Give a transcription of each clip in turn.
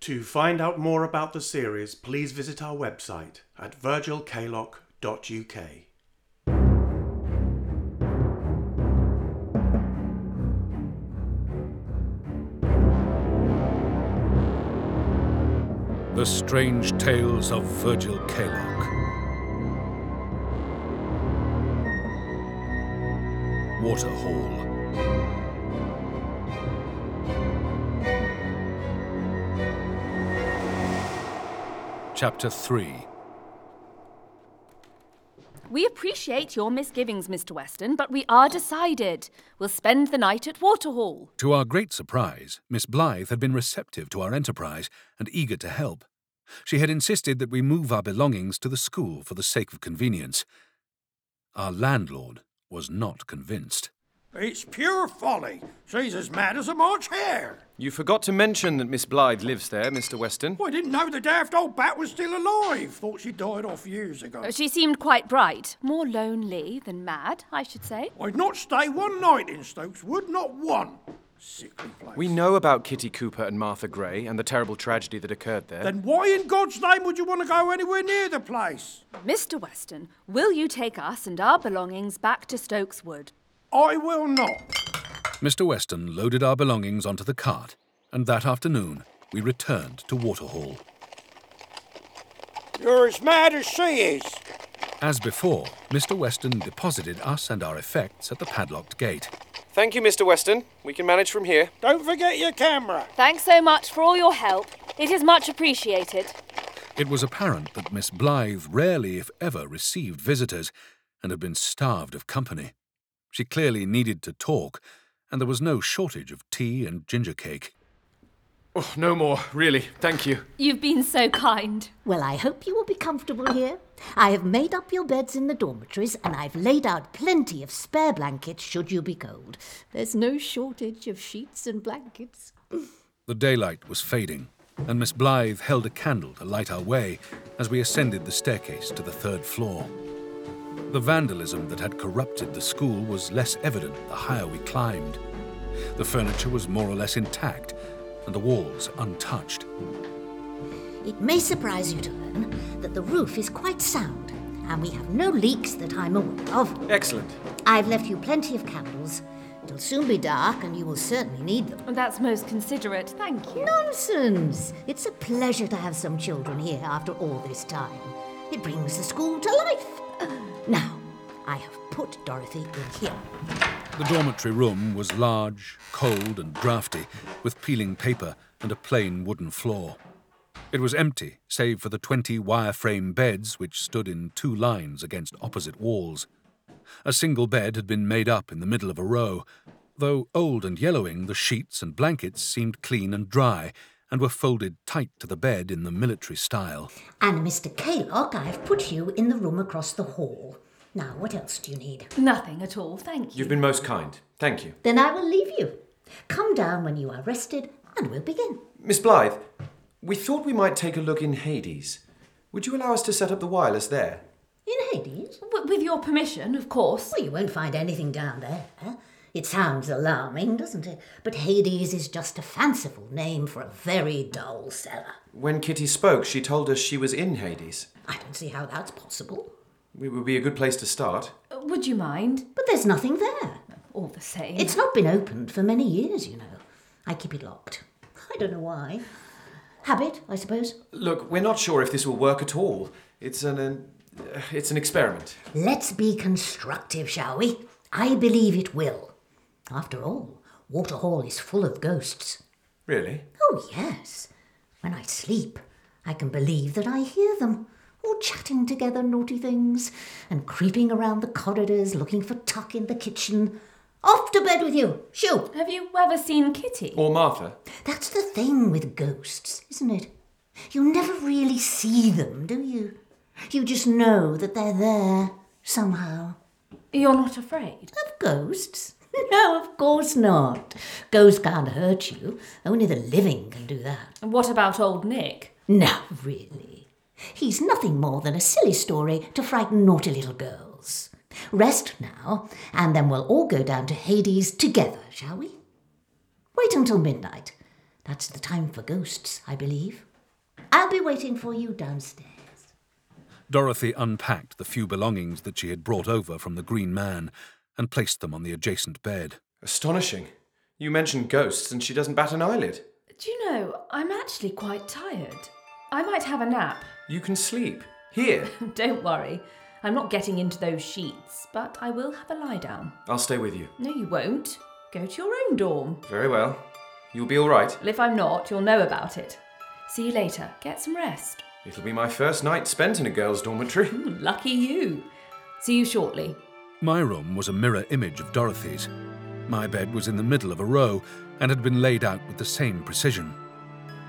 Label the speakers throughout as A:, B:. A: To find out more about the series, please visit our website at virgilcalock.uk.
B: The Strange Tales of Virgil Kalok. Waterhall. Chapter 3
C: We appreciate your misgivings, Mr. Weston, but we are decided. We'll spend the night at Waterhall.
B: To our great surprise, Miss Blythe had been receptive to our enterprise and eager to help. She had insisted that we move our belongings to the school for the sake of convenience. Our landlord was not convinced.
D: It's pure folly. She's as mad as a March hare.
E: You forgot to mention that Miss Blythe lives there, Mr. Weston.
D: Well, I didn't know the daft old bat was still alive. Thought she died off years ago.
C: Uh, She seemed quite bright. More lonely than mad, I should say.
D: I'd not stay one night in Stokes Wood, not one. Sickly place.
E: We know about Kitty Cooper and Martha Gray and the terrible tragedy that occurred there.
D: Then why in God's name would you want to go anywhere near the place?
C: Mr. Weston, will you take us and our belongings back to Stokes Wood?
D: I will not.
B: Mr. Weston loaded our belongings onto the cart, and that afternoon we returned to Waterhall.
D: You're as mad as she is.
B: As before, Mr. Weston deposited us and our effects at the padlocked gate.
E: Thank you, Mr. Weston. We can manage from here.
D: Don't forget your camera.
C: Thanks so much for all your help. It is much appreciated.
B: It was apparent that Miss Blythe rarely, if ever, received visitors and had been starved of company. She clearly needed to talk, and there was no shortage of tea and ginger cake.
E: Oh, no more, really. Thank you.
C: You've been so kind.
F: Well, I hope you will be comfortable here. I have made up your beds in the dormitories and I've laid out plenty of spare blankets should you be cold. There's no shortage of sheets and blankets.
B: The daylight was fading, and Miss Blythe held a candle to light our way as we ascended the staircase to the third floor. The vandalism that had corrupted the school was less evident the higher we climbed. The furniture was more or less intact, and the walls untouched.
F: It may surprise you to learn that the roof is quite sound and we have no leaks that I'm aware of.
E: Excellent.
F: I've left you plenty of candles. It'll soon be dark and you will certainly need them.
C: That's most considerate. Thank you.
F: Nonsense! It's a pleasure to have some children here after all this time. It brings the school to life. Now, I have put Dorothy in here.
B: The dormitory room was large, cold, and draughty, with peeling paper and a plain wooden floor. It was empty, save for the twenty wire frame beds which stood in two lines against opposite walls. A single bed had been made up in the middle of a row. Though old and yellowing, the sheets and blankets seemed clean and dry, and were folded tight to the bed in the military style.
F: And Mr. Kaylock, I've put you in the room across the hall. Now, what else do you need?
C: Nothing at all. Thank you.
E: You've been most kind. Thank you.
F: Then I will leave you. Come down when you are rested, and we'll begin.
E: Miss Blythe, we thought we might take a look in Hades. Would you allow us to set up the wireless there?
F: In Hades?
C: W- with your permission, of course.
F: Well, you won't find anything down there. It sounds alarming, doesn't it? But Hades is just a fanciful name for a very dull cellar.
E: When Kitty spoke, she told us she was in Hades.
F: I don't see how that's possible.
E: It would be a good place to start.
C: Uh, Would you mind?
F: But there's nothing there.
C: All the same.
F: It's not been opened for many years, you know. I keep it locked. I don't know why. Habit, I suppose.
E: Look, we're not sure if this will work at all. It's an, an uh, it's an experiment.
F: Let's be constructive, shall we? I believe it will. After all, Waterhall is full of ghosts.
E: Really?
F: Oh, yes. When I sleep, I can believe that I hear them, all chatting together naughty things, and creeping around the corridors looking for Tuck in the kitchen. Off to bed with you! Shoo!
C: Have you ever seen Kitty?
E: Or Martha?
F: That's the thing with ghosts, isn't it? You never really see them, do you? You just know that they're there somehow.
C: You're not afraid?
F: Of ghosts? No, of course not. Ghosts can't hurt you. Only the living can do that.
C: And What about old Nick?
F: No, really. He's nothing more than a silly story to frighten naughty little girls. Rest now, and then we'll all go down to Hades together, shall we? Wait until midnight. That's the time for ghosts, I believe. I'll be waiting for you downstairs.
B: Dorothy unpacked the few belongings that she had brought over from the Green Man and placed them on the adjacent bed.
E: Astonishing. You mentioned ghosts and she doesn't bat an eyelid.
C: Do you know, I'm actually quite tired. I might have a nap.
E: You can sleep. Here.
C: Don't worry. I'm not getting into those sheets, but I will have a lie down.
E: I'll stay with you.
C: No, you won't. Go to your own dorm.
E: Very well. You'll be all right.
C: Well, if I'm not, you'll know about it. See you later. Get some rest.
E: It'll be my first night spent in a girls' dormitory.
C: Hmm, Lucky you. See you shortly.
B: My room was a mirror image of Dorothy's. My bed was in the middle of a row and had been laid out with the same precision.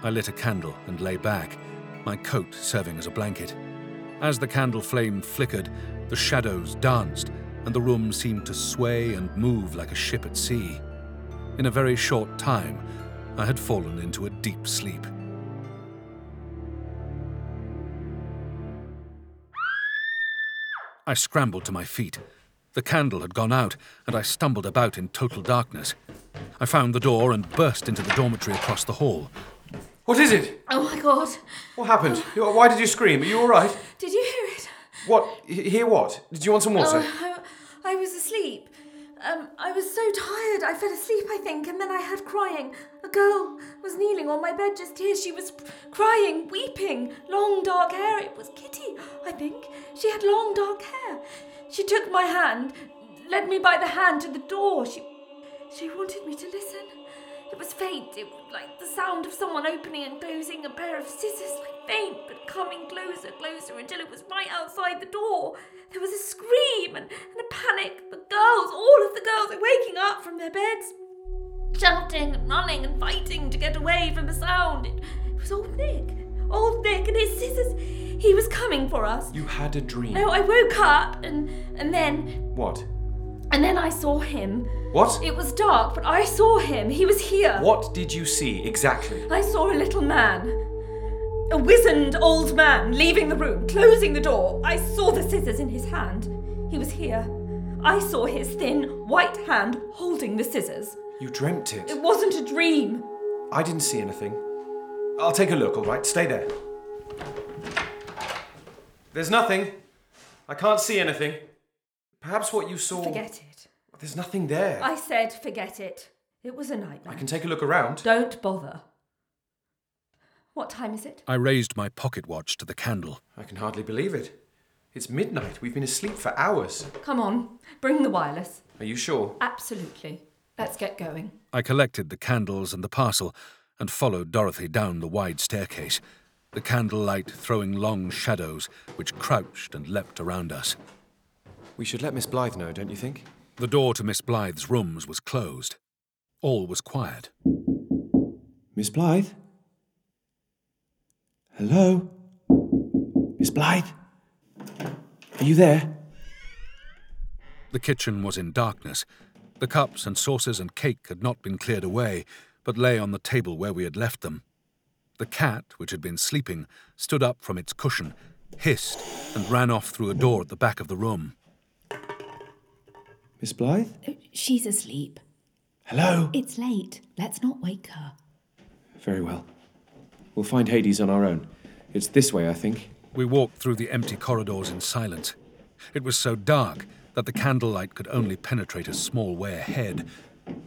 B: I lit a candle and lay back, my coat serving as a blanket. As the candle flame flickered, the shadows danced, and the room seemed to sway and move like a ship at sea. In a very short time, I had fallen into a deep sleep. I scrambled to my feet. The candle had gone out, and I stumbled about in total darkness. I found the door and burst into the dormitory across the hall.
E: What is it?
C: Oh my god.
E: What happened? You- Why did you scream? Are you all right?
C: Did you hear it? Oh,
E: What? H- Hear what? Did you want some water?
C: I, I was asleep. Um, I was so tired, I fell asleep, I think, and then I heard crying. A girl was kneeling on my bed just here. She was crying, weeping, long dark hair. It was Kitty, I think. She had long dark hair. She took my hand, led me by the hand to the door. She, she wanted me to listen. It was faint, it was like the sound of someone opening and closing a pair of scissors, like faint, but coming closer, closer until it was right outside the door. There was a scream and, and a panic. The girls, all of the girls, are waking up from their beds, shouting and running and fighting to get away from the sound. It, it was old Nick. Old Nick and his scissors. He was coming for us.
E: You had a dream.
C: No, I woke up and and then
E: What?
C: and then I saw him.
E: What?
C: It was dark, but I saw him. He was here.
E: What did you see exactly?
C: I saw a little man. A wizened old man leaving the room, closing the door. I saw the scissors in his hand. He was here. I saw his thin, white hand holding the scissors.
E: You dreamt
C: It
E: it.
C: wasn't a dream.
E: I didn't see anything. I'll take a look, all right? Stay there. There's nothing. I can't see anything. Perhaps what you saw.
C: Forget it.
E: There's nothing there.
C: I said forget it. It was a nightmare.
E: I can take a look around.
C: Don't bother. What time is it?
B: I raised my pocket watch to the candle.
E: I can hardly believe it. It's midnight. We've been asleep for hours.
C: Come on, bring the wireless.
E: Are you sure?
C: Absolutely. Let's get going.
B: I collected the candles and the parcel and followed Dorothy down the wide staircase, the candlelight throwing long shadows which crouched and leapt around us.
E: We should let Miss Blythe know, don't you think?
B: The door to Miss Blythe's rooms was closed. All was quiet.
E: Miss Blythe? Hello? Miss Blythe? Are you there?
B: The kitchen was in darkness. The cups and saucers and cake had not been cleared away, but lay on the table where we had left them. The cat, which had been sleeping, stood up from its cushion, hissed, and ran off through a door at the back of the room.
E: Miss Blythe?
G: She's asleep.
E: Hello?
G: It's late. Let's not wake her.
E: Very well. We'll find Hades on our own. It's this way, I think.
B: We walked through the empty corridors in silence. It was so dark that the candlelight could only penetrate a small way ahead,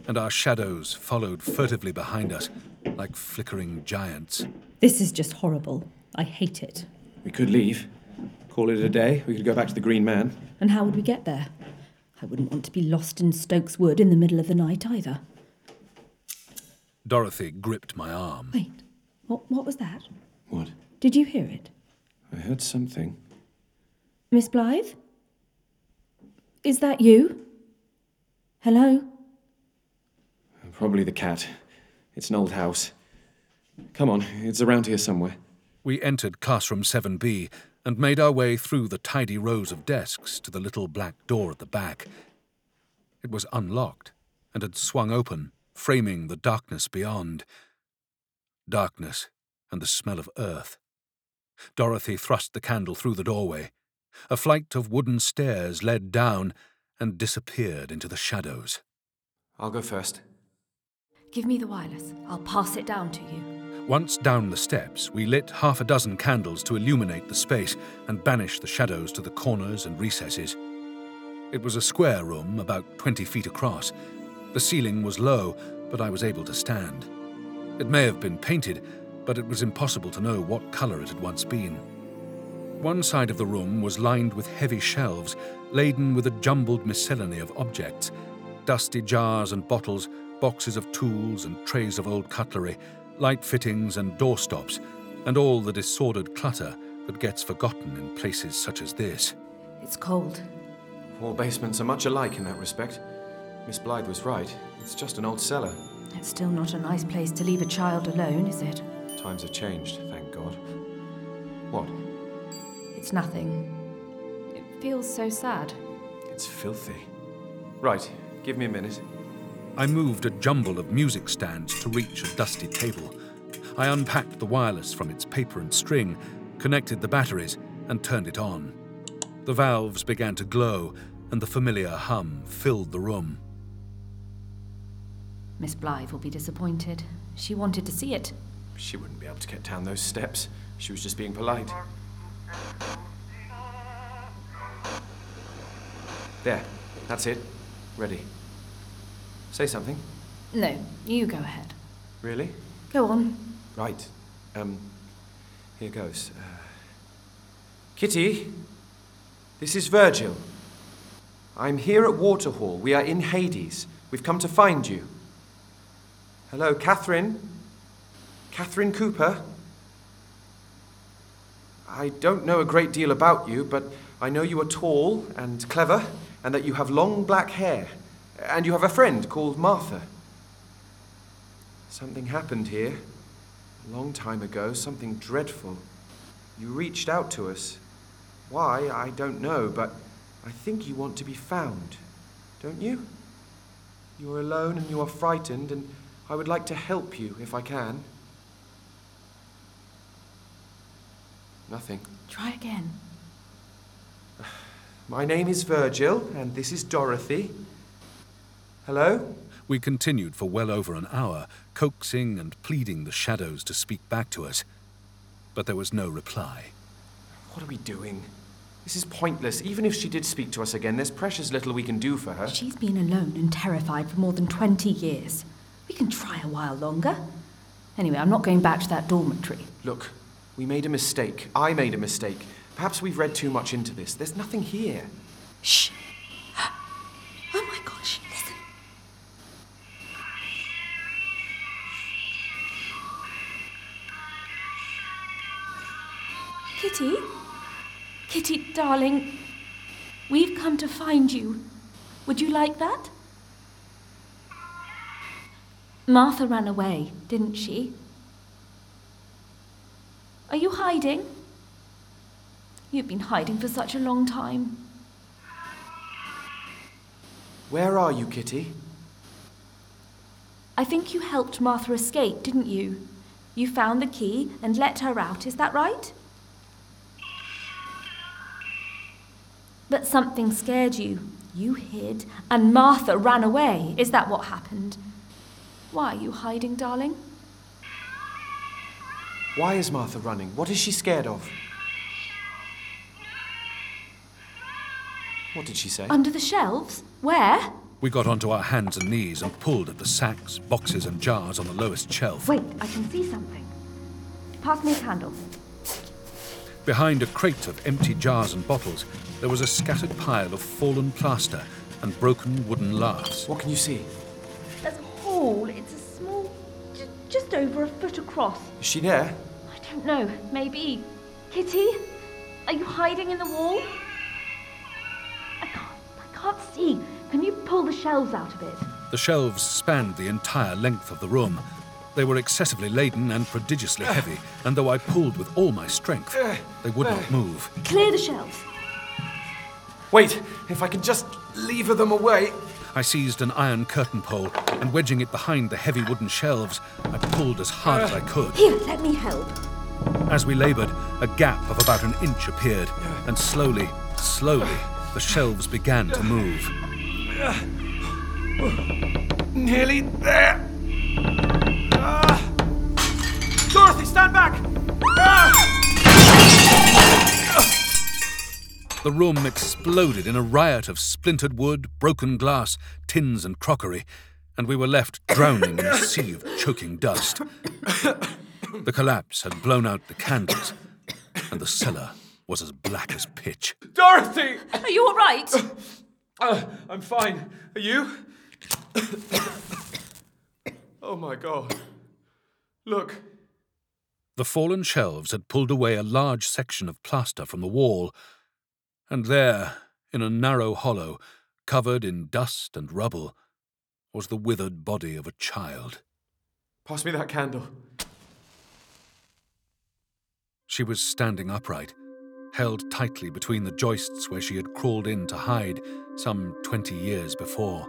B: and our shadows followed furtively behind us like flickering giants.
G: This is just horrible. I hate it.
E: We could leave. Call it a day. We could go back to the Green Man.
G: And how would we get there? I wouldn't want to be lost in Stokes Wood in the middle of the night either.
B: Dorothy gripped my arm.
G: Wait, what, what was that?
E: What?
G: Did you hear it?
E: I heard something.
G: Miss Blythe? Is that you? Hello?
E: Probably the cat. It's an old house. Come on, it's around here somewhere.
B: We entered Classroom 7B and made our way through the tidy rows of desks to the little black door at the back. It was unlocked and had swung open, framing the darkness beyond. Darkness and the smell of earth. Dorothy thrust the candle through the doorway. A flight of wooden stairs led down and disappeared into the shadows.
E: I'll go first.
C: Give me the wireless. I'll pass it down to you.
B: Once down the steps, we lit half a dozen candles to illuminate the space and banish the shadows to the corners and recesses. It was a square room, about 20 feet across. The ceiling was low, but I was able to stand. It may have been painted, but it was impossible to know what colour it had once been. One side of the room was lined with heavy shelves, laden with a jumbled miscellany of objects dusty jars and bottles, boxes of tools and trays of old cutlery, light fittings and doorstops, and all the disordered clutter that gets forgotten in places such as this.
C: It's cold.
E: All basements are much alike in that respect. Miss Blythe was right. It's just an old cellar.
C: It's still not a nice place to leave a child alone, is it?
E: Times have changed, thank God. What?
C: It's nothing. It feels so sad.
E: It's filthy. Right, give me a minute.
B: I moved a jumble of music stands to reach a dusty table. I unpacked the wireless from its paper and string, connected the batteries, and turned it on. The valves began to glow, and the familiar hum filled the room.
C: Miss Blythe will be disappointed. She wanted to see it.
E: She wouldn't be able to get down those steps. She was just being polite. There, that's it. Ready. Say something.
C: No, you go ahead.
E: Really?
C: Go on.
E: Right. Um, here goes. Uh, Kitty, this is Virgil. I'm here at Waterhall. We are in Hades. We've come to find you. Hello, Catherine? Catherine Cooper? I don't know a great deal about you, but I know you are tall and clever, and that you have long black hair, and you have a friend called Martha. Something happened here. A long time ago, something dreadful. You reached out to us. Why, I don't know, but I think you want to be found, don't you? You are alone and you are frightened, and I would like to help you if I can. Nothing.
C: Try again.
E: My name is Virgil, and this is Dorothy. Hello?
B: We continued for well over an hour, coaxing and pleading the shadows to speak back to us, but there was no reply.
E: What are we doing? This is pointless. Even if she did speak to us again, there's precious little we can do for her.
G: She's been alone and terrified for more than 20 years. We can try a while longer. Anyway, I'm not going back to that dormitory.
E: Look, we made a mistake. I made a mistake. Perhaps we've read too much into this. There's nothing here.
C: Shh. Oh my gosh, listen. Kitty? Kitty, darling, we've come to find you. Would you like that? Martha ran away, didn't she? Are you hiding? You've been hiding for such a long time.
E: Where are you, Kitty?
C: I think you helped Martha escape, didn't you? You found the key and let her out, is that right? But something scared you. You hid, and Martha ran away. Is that what happened? Why are you hiding, darling?
E: Why is Martha running? What is she scared of? What did she say?
C: Under the shelves? Where?
B: We got onto our hands and knees and pulled at the sacks, boxes, and jars on the lowest shelf.
C: Wait, I can see something. Pass me a candle.
B: Behind a crate of empty jars and bottles, there was a scattered pile of fallen plaster and broken wooden laughs.
E: What can you see?
C: There's a hole. It's a small, j- just over a foot across.
E: Is she there?
C: I don't know. Maybe. Kitty, are you hiding in the wall? I can't. I can't see. Can you pull the shelves out of it?
B: The shelves spanned the entire length of the room. They were excessively laden and prodigiously heavy, and though I pulled with all my strength, they would not move.
C: Clear the shelves.
E: Wait, if I could just lever them away.
B: I seized an iron curtain pole, and wedging it behind the heavy wooden shelves, I pulled as hard as I could.
C: Here, let me help.
B: As we laboured, a gap of about an inch appeared, and slowly, slowly, the shelves began to move.
E: Nearly there. Ah. Dorothy, stand back!
B: The room exploded in a riot of splintered wood, broken glass, tins, and crockery, and we were left drowning in a sea of choking dust. The collapse had blown out the candles, and the cellar was as black as pitch.
E: Dorothy!
C: Are you all right?
E: Uh, I'm fine. Are you? oh my god. Look.
B: The fallen shelves had pulled away a large section of plaster from the wall, and there, in a narrow hollow, covered in dust and rubble, was the withered body of a child.
E: Pass me that candle.
B: She was standing upright, held tightly between the joists where she had crawled in to hide some twenty years before.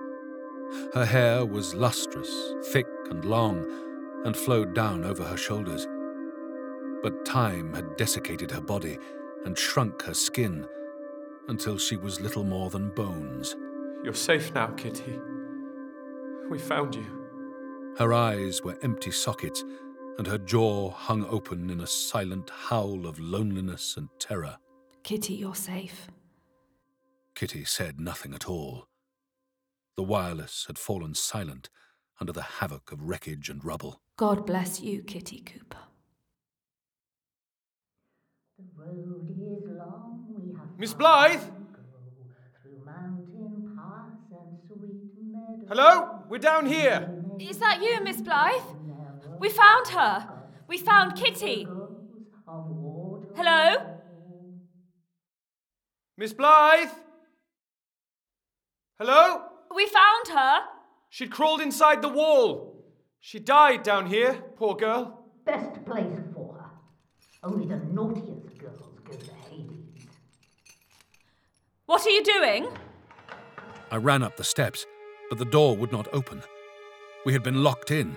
B: Her hair was lustrous, thick, and long, and flowed down over her shoulders. But time had desiccated her body and shrunk her skin until she was little more than bones.
E: You're safe now, Kitty. We found you.
B: Her eyes were empty sockets, and her jaw hung open in a silent howl of loneliness and terror.
G: Kitty, you're safe.
B: Kitty said nothing at all. The wireless had fallen silent under the havoc of wreckage and rubble.
G: God bless you, Kitty Cooper.
F: The road is long, we have
E: Miss Blythe?
F: through mountain pass and sweet meadow.
E: Hello? We're down here.
C: Is that you, Miss Blythe? We found her. We found Kitty. Hello?
E: Miss Blythe? Hello?
C: We found her.
E: She'd crawled inside the wall. She died down here, poor girl.
F: Best place for her. Only the naughtiest girls go to Hades.
C: What are you doing?
B: I ran up the steps, but the door would not open. We had been locked in.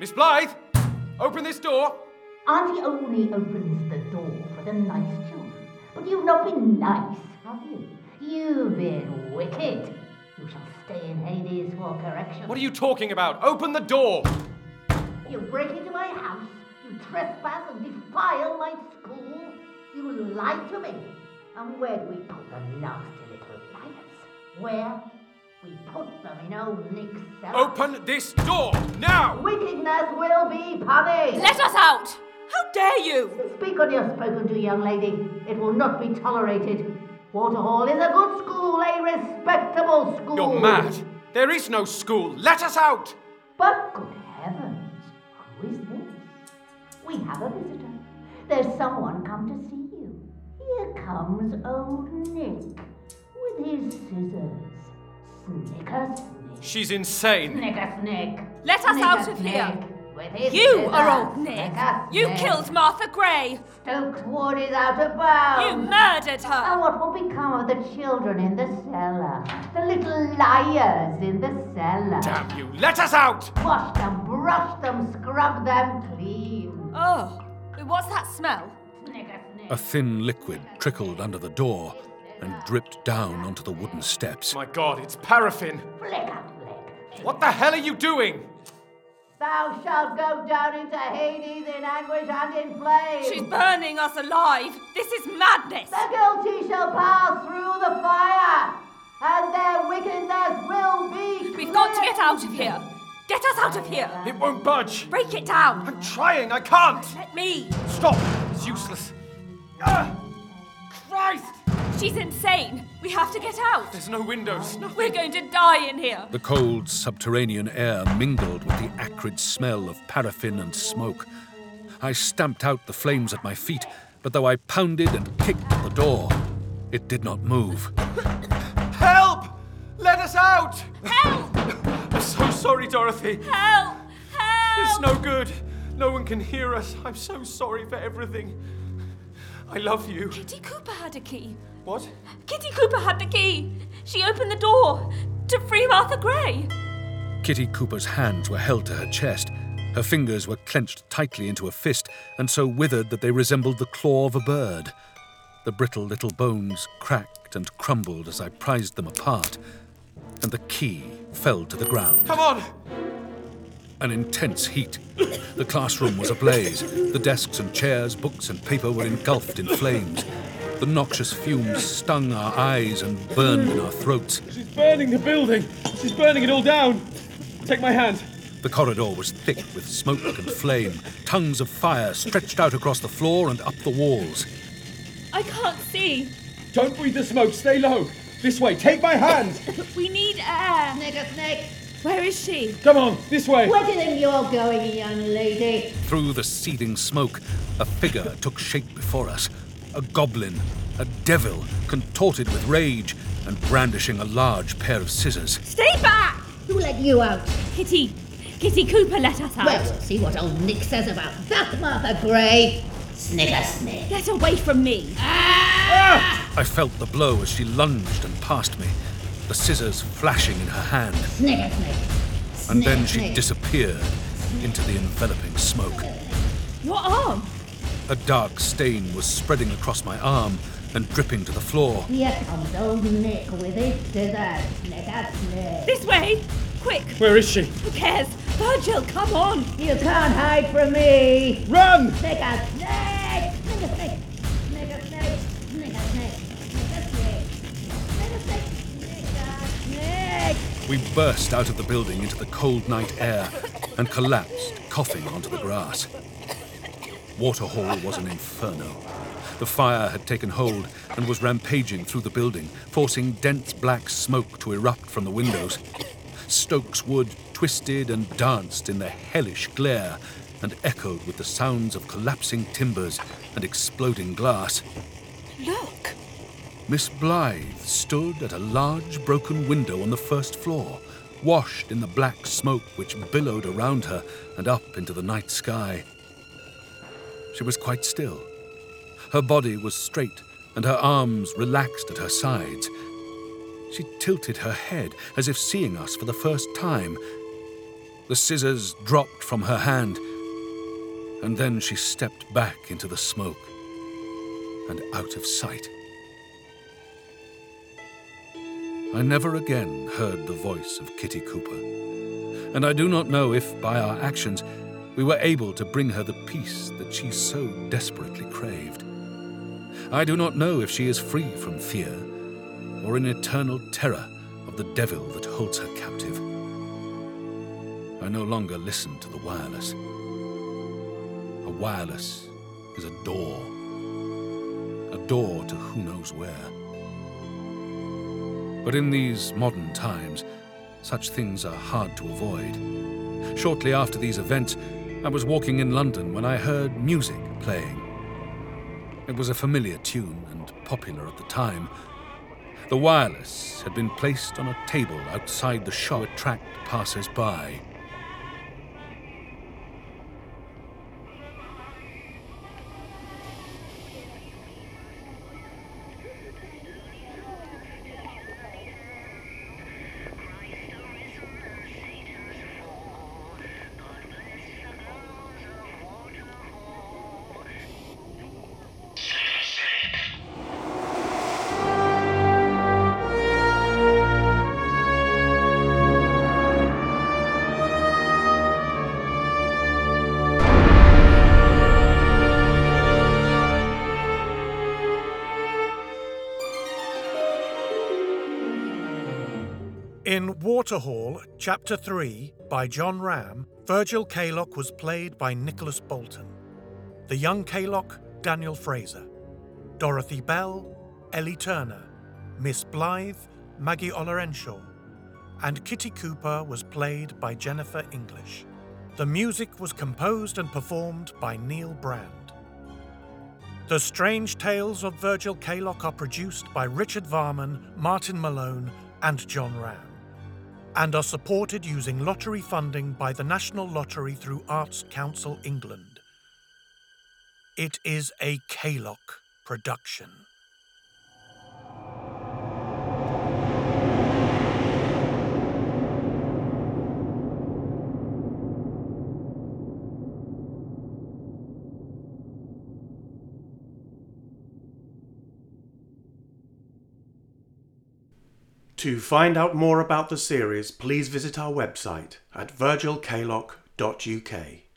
E: Miss Blythe? Open this door.
F: Auntie only opens the door for the nice children. But you've not been nice, have you? You've been wicked. You shall stay in Hades for correction.
E: What are you talking about? Open the door.
F: You break into my house. You trespass and defile my school. You lie to me. And where do we put the nasty little liars? Where? We put them in old Nick's cellar.
E: Open this door now.
F: Wickedness will be punished.
C: Let us out. How dare you?
F: Speak on your spoken to, young lady. It will not be tolerated. Waterhall is a good school, a respectable school.
E: You're mad. There is no school. Let us out.
F: But good heavens, who is this? We have a visitor. There's someone come to see you. Here comes old Nick with his scissors. Snicker, snick.
E: She's insane.
F: Snicker, snick.
C: Let us
F: Snicker,
C: out of here.
F: snick. With his
C: You
F: scissors.
C: are old Nick.
F: Snicker,
C: You
F: snick.
C: killed Martha Gray.
F: Stokes Ward is out of bounds.
C: You murdered
F: And
C: her.
F: what will become of the children in the cellar? The little liars in the cellar.
E: Damn you. Let us out.
F: Wash them, brush them, scrub them clean.
C: Oh, what's that smell?
F: Snicker, snick.
B: A thin liquid trickled under the door and dripped down onto the wooden steps.
E: My god, it's paraffin.
F: Flicker, flick.
E: What the hell are you doing?
F: Thou shalt go down into Hades in anguish and in flame.
C: She's burning us alive. This is madness.
F: The guilty shall pass through the fire, and their wickedness will be.
C: We've got to get out of here. Get us out of here.
E: It won't budge.
C: Break it down.
E: I'm trying. I can't.
C: Let me.
E: Stop. It's useless. Ah! Christ!
C: She's insane. We have to get out.
E: There's no windows. No.
C: We're going to die in here.
B: The cold subterranean air mingled with the acrid smell of paraffin and smoke. I stamped out the flames at my feet, but though I pounded and kicked at the door, it did not move.
E: Help! Let us out!
C: Help!
E: I'm so sorry, Dorothy.
C: Help!
E: It's
C: Help!
E: no good. No one can hear us. I'm so sorry for everything. I love you.
C: Kitty Cooper had a key.
E: What?
C: Kitty Cooper had the key. She opened the door to free Martha Gray.
B: Kitty Cooper's hands were held to her chest. Her fingers were clenched tightly into a fist and so withered that they resembled the claw of a bird. The brittle little bones cracked and crumbled as I prized them apart, and the key fell to the ground.
E: Come on!
B: an intense heat. The classroom was ablaze. The desks and chairs, books and paper were engulfed in flames. The noxious fumes stung our eyes and burned in our throats.
H: She's burning the building. She's burning it all down. Take my hand.
B: The corridor was thick with smoke and flame. Tongues of fire stretched out across the floor and up the walls.
I: I can't see.
H: Don't breathe the smoke. Stay low. This way. Take my hand.
I: We need air.
J: Snake up, snake.
I: Where is she?
H: Come on. This way.
J: Where do you think you're going, young lady?
B: Through the seething smoke, a figure took shape before us a goblin, a devil, contorted with rage and brandishing a large pair of scissors.
I: Stay back!
J: Who let you out?
I: Kitty. Kitty Cooper let us out.
J: Well, we'll see what old Nick says about that, Martha Gray. Snigger snig.
I: Get away from me.
B: I felt the blow as she lunged and passed me, the scissors flashing in her hand,
J: Snigger snig.
B: and then she disappeared into the enveloping smoke.
I: Your arm.
B: A dark stain was spreading across my arm and dripping to the floor.
J: Here comes old Nick with his scissors. Snigger snig.
I: This way. Quick.
H: Where is she?
I: Who cares? Virgil, come on.
J: You can't hide from me.
H: Run!
J: Snigger snig. Snigger snig. Snigger snig. Snigger snig. Snigger snig. Snigger snig. Snigger snig.
B: We burst out of the building into the cold night air and collapsed, coughing onto the grass. Waterhall was an inferno. The fire had taken hold and was rampaging through the building, forcing dense black smoke to erupt from the windows. Stokes Wood twisted and danced in the hellish glare and echoed with the sounds of collapsing timbers and exploding glass.
I: Look.
B: Miss Blythe stood at a large broken window on the first floor, washed in the black smoke which billowed around her and up into the night sky. She was quite still. Her body was straight and her arms relaxed at her sides. She tilted her head as if seeing us for the first time. The scissors dropped from her hand, and then she stepped back into the smoke and out of sight. I never again heard the voice of Kitty Cooper, and I do not know if, by our actions, we were able to bring her the peace that she so desperately craved. I do not know if she is free from fear or in eternal terror of the devil that holds her captive. I no longer listen to the wireless. A wireless is a door, a door to who knows where. But in these modern times, such things are hard to avoid. Shortly after these events, I was walking in London when I heard music playing. It was a familiar tune and popular at the time. The wireless had been placed on a table outside the shop to attract passers by.
A: In Waterhall, Chapter 3, by John Ram, Virgil Kaylock was played by Nicholas Bolton. The young Kaylock, Daniel Fraser. Dorothy Bell, Ellie Turner. Miss Blythe, Maggie Olorenshaw. And Kitty Cooper was played by Jennifer English. The music was composed and performed by Neil Brand. The Strange Tales of Virgil Kaylock are produced by Richard Varman, Martin Malone, and John Ram, and are supported using lottery funding by the National Lottery through Arts Council England. It is a Kaylock production. To find out more about the series, please visit our website at virgilkaylock.com. www.ecom.uk.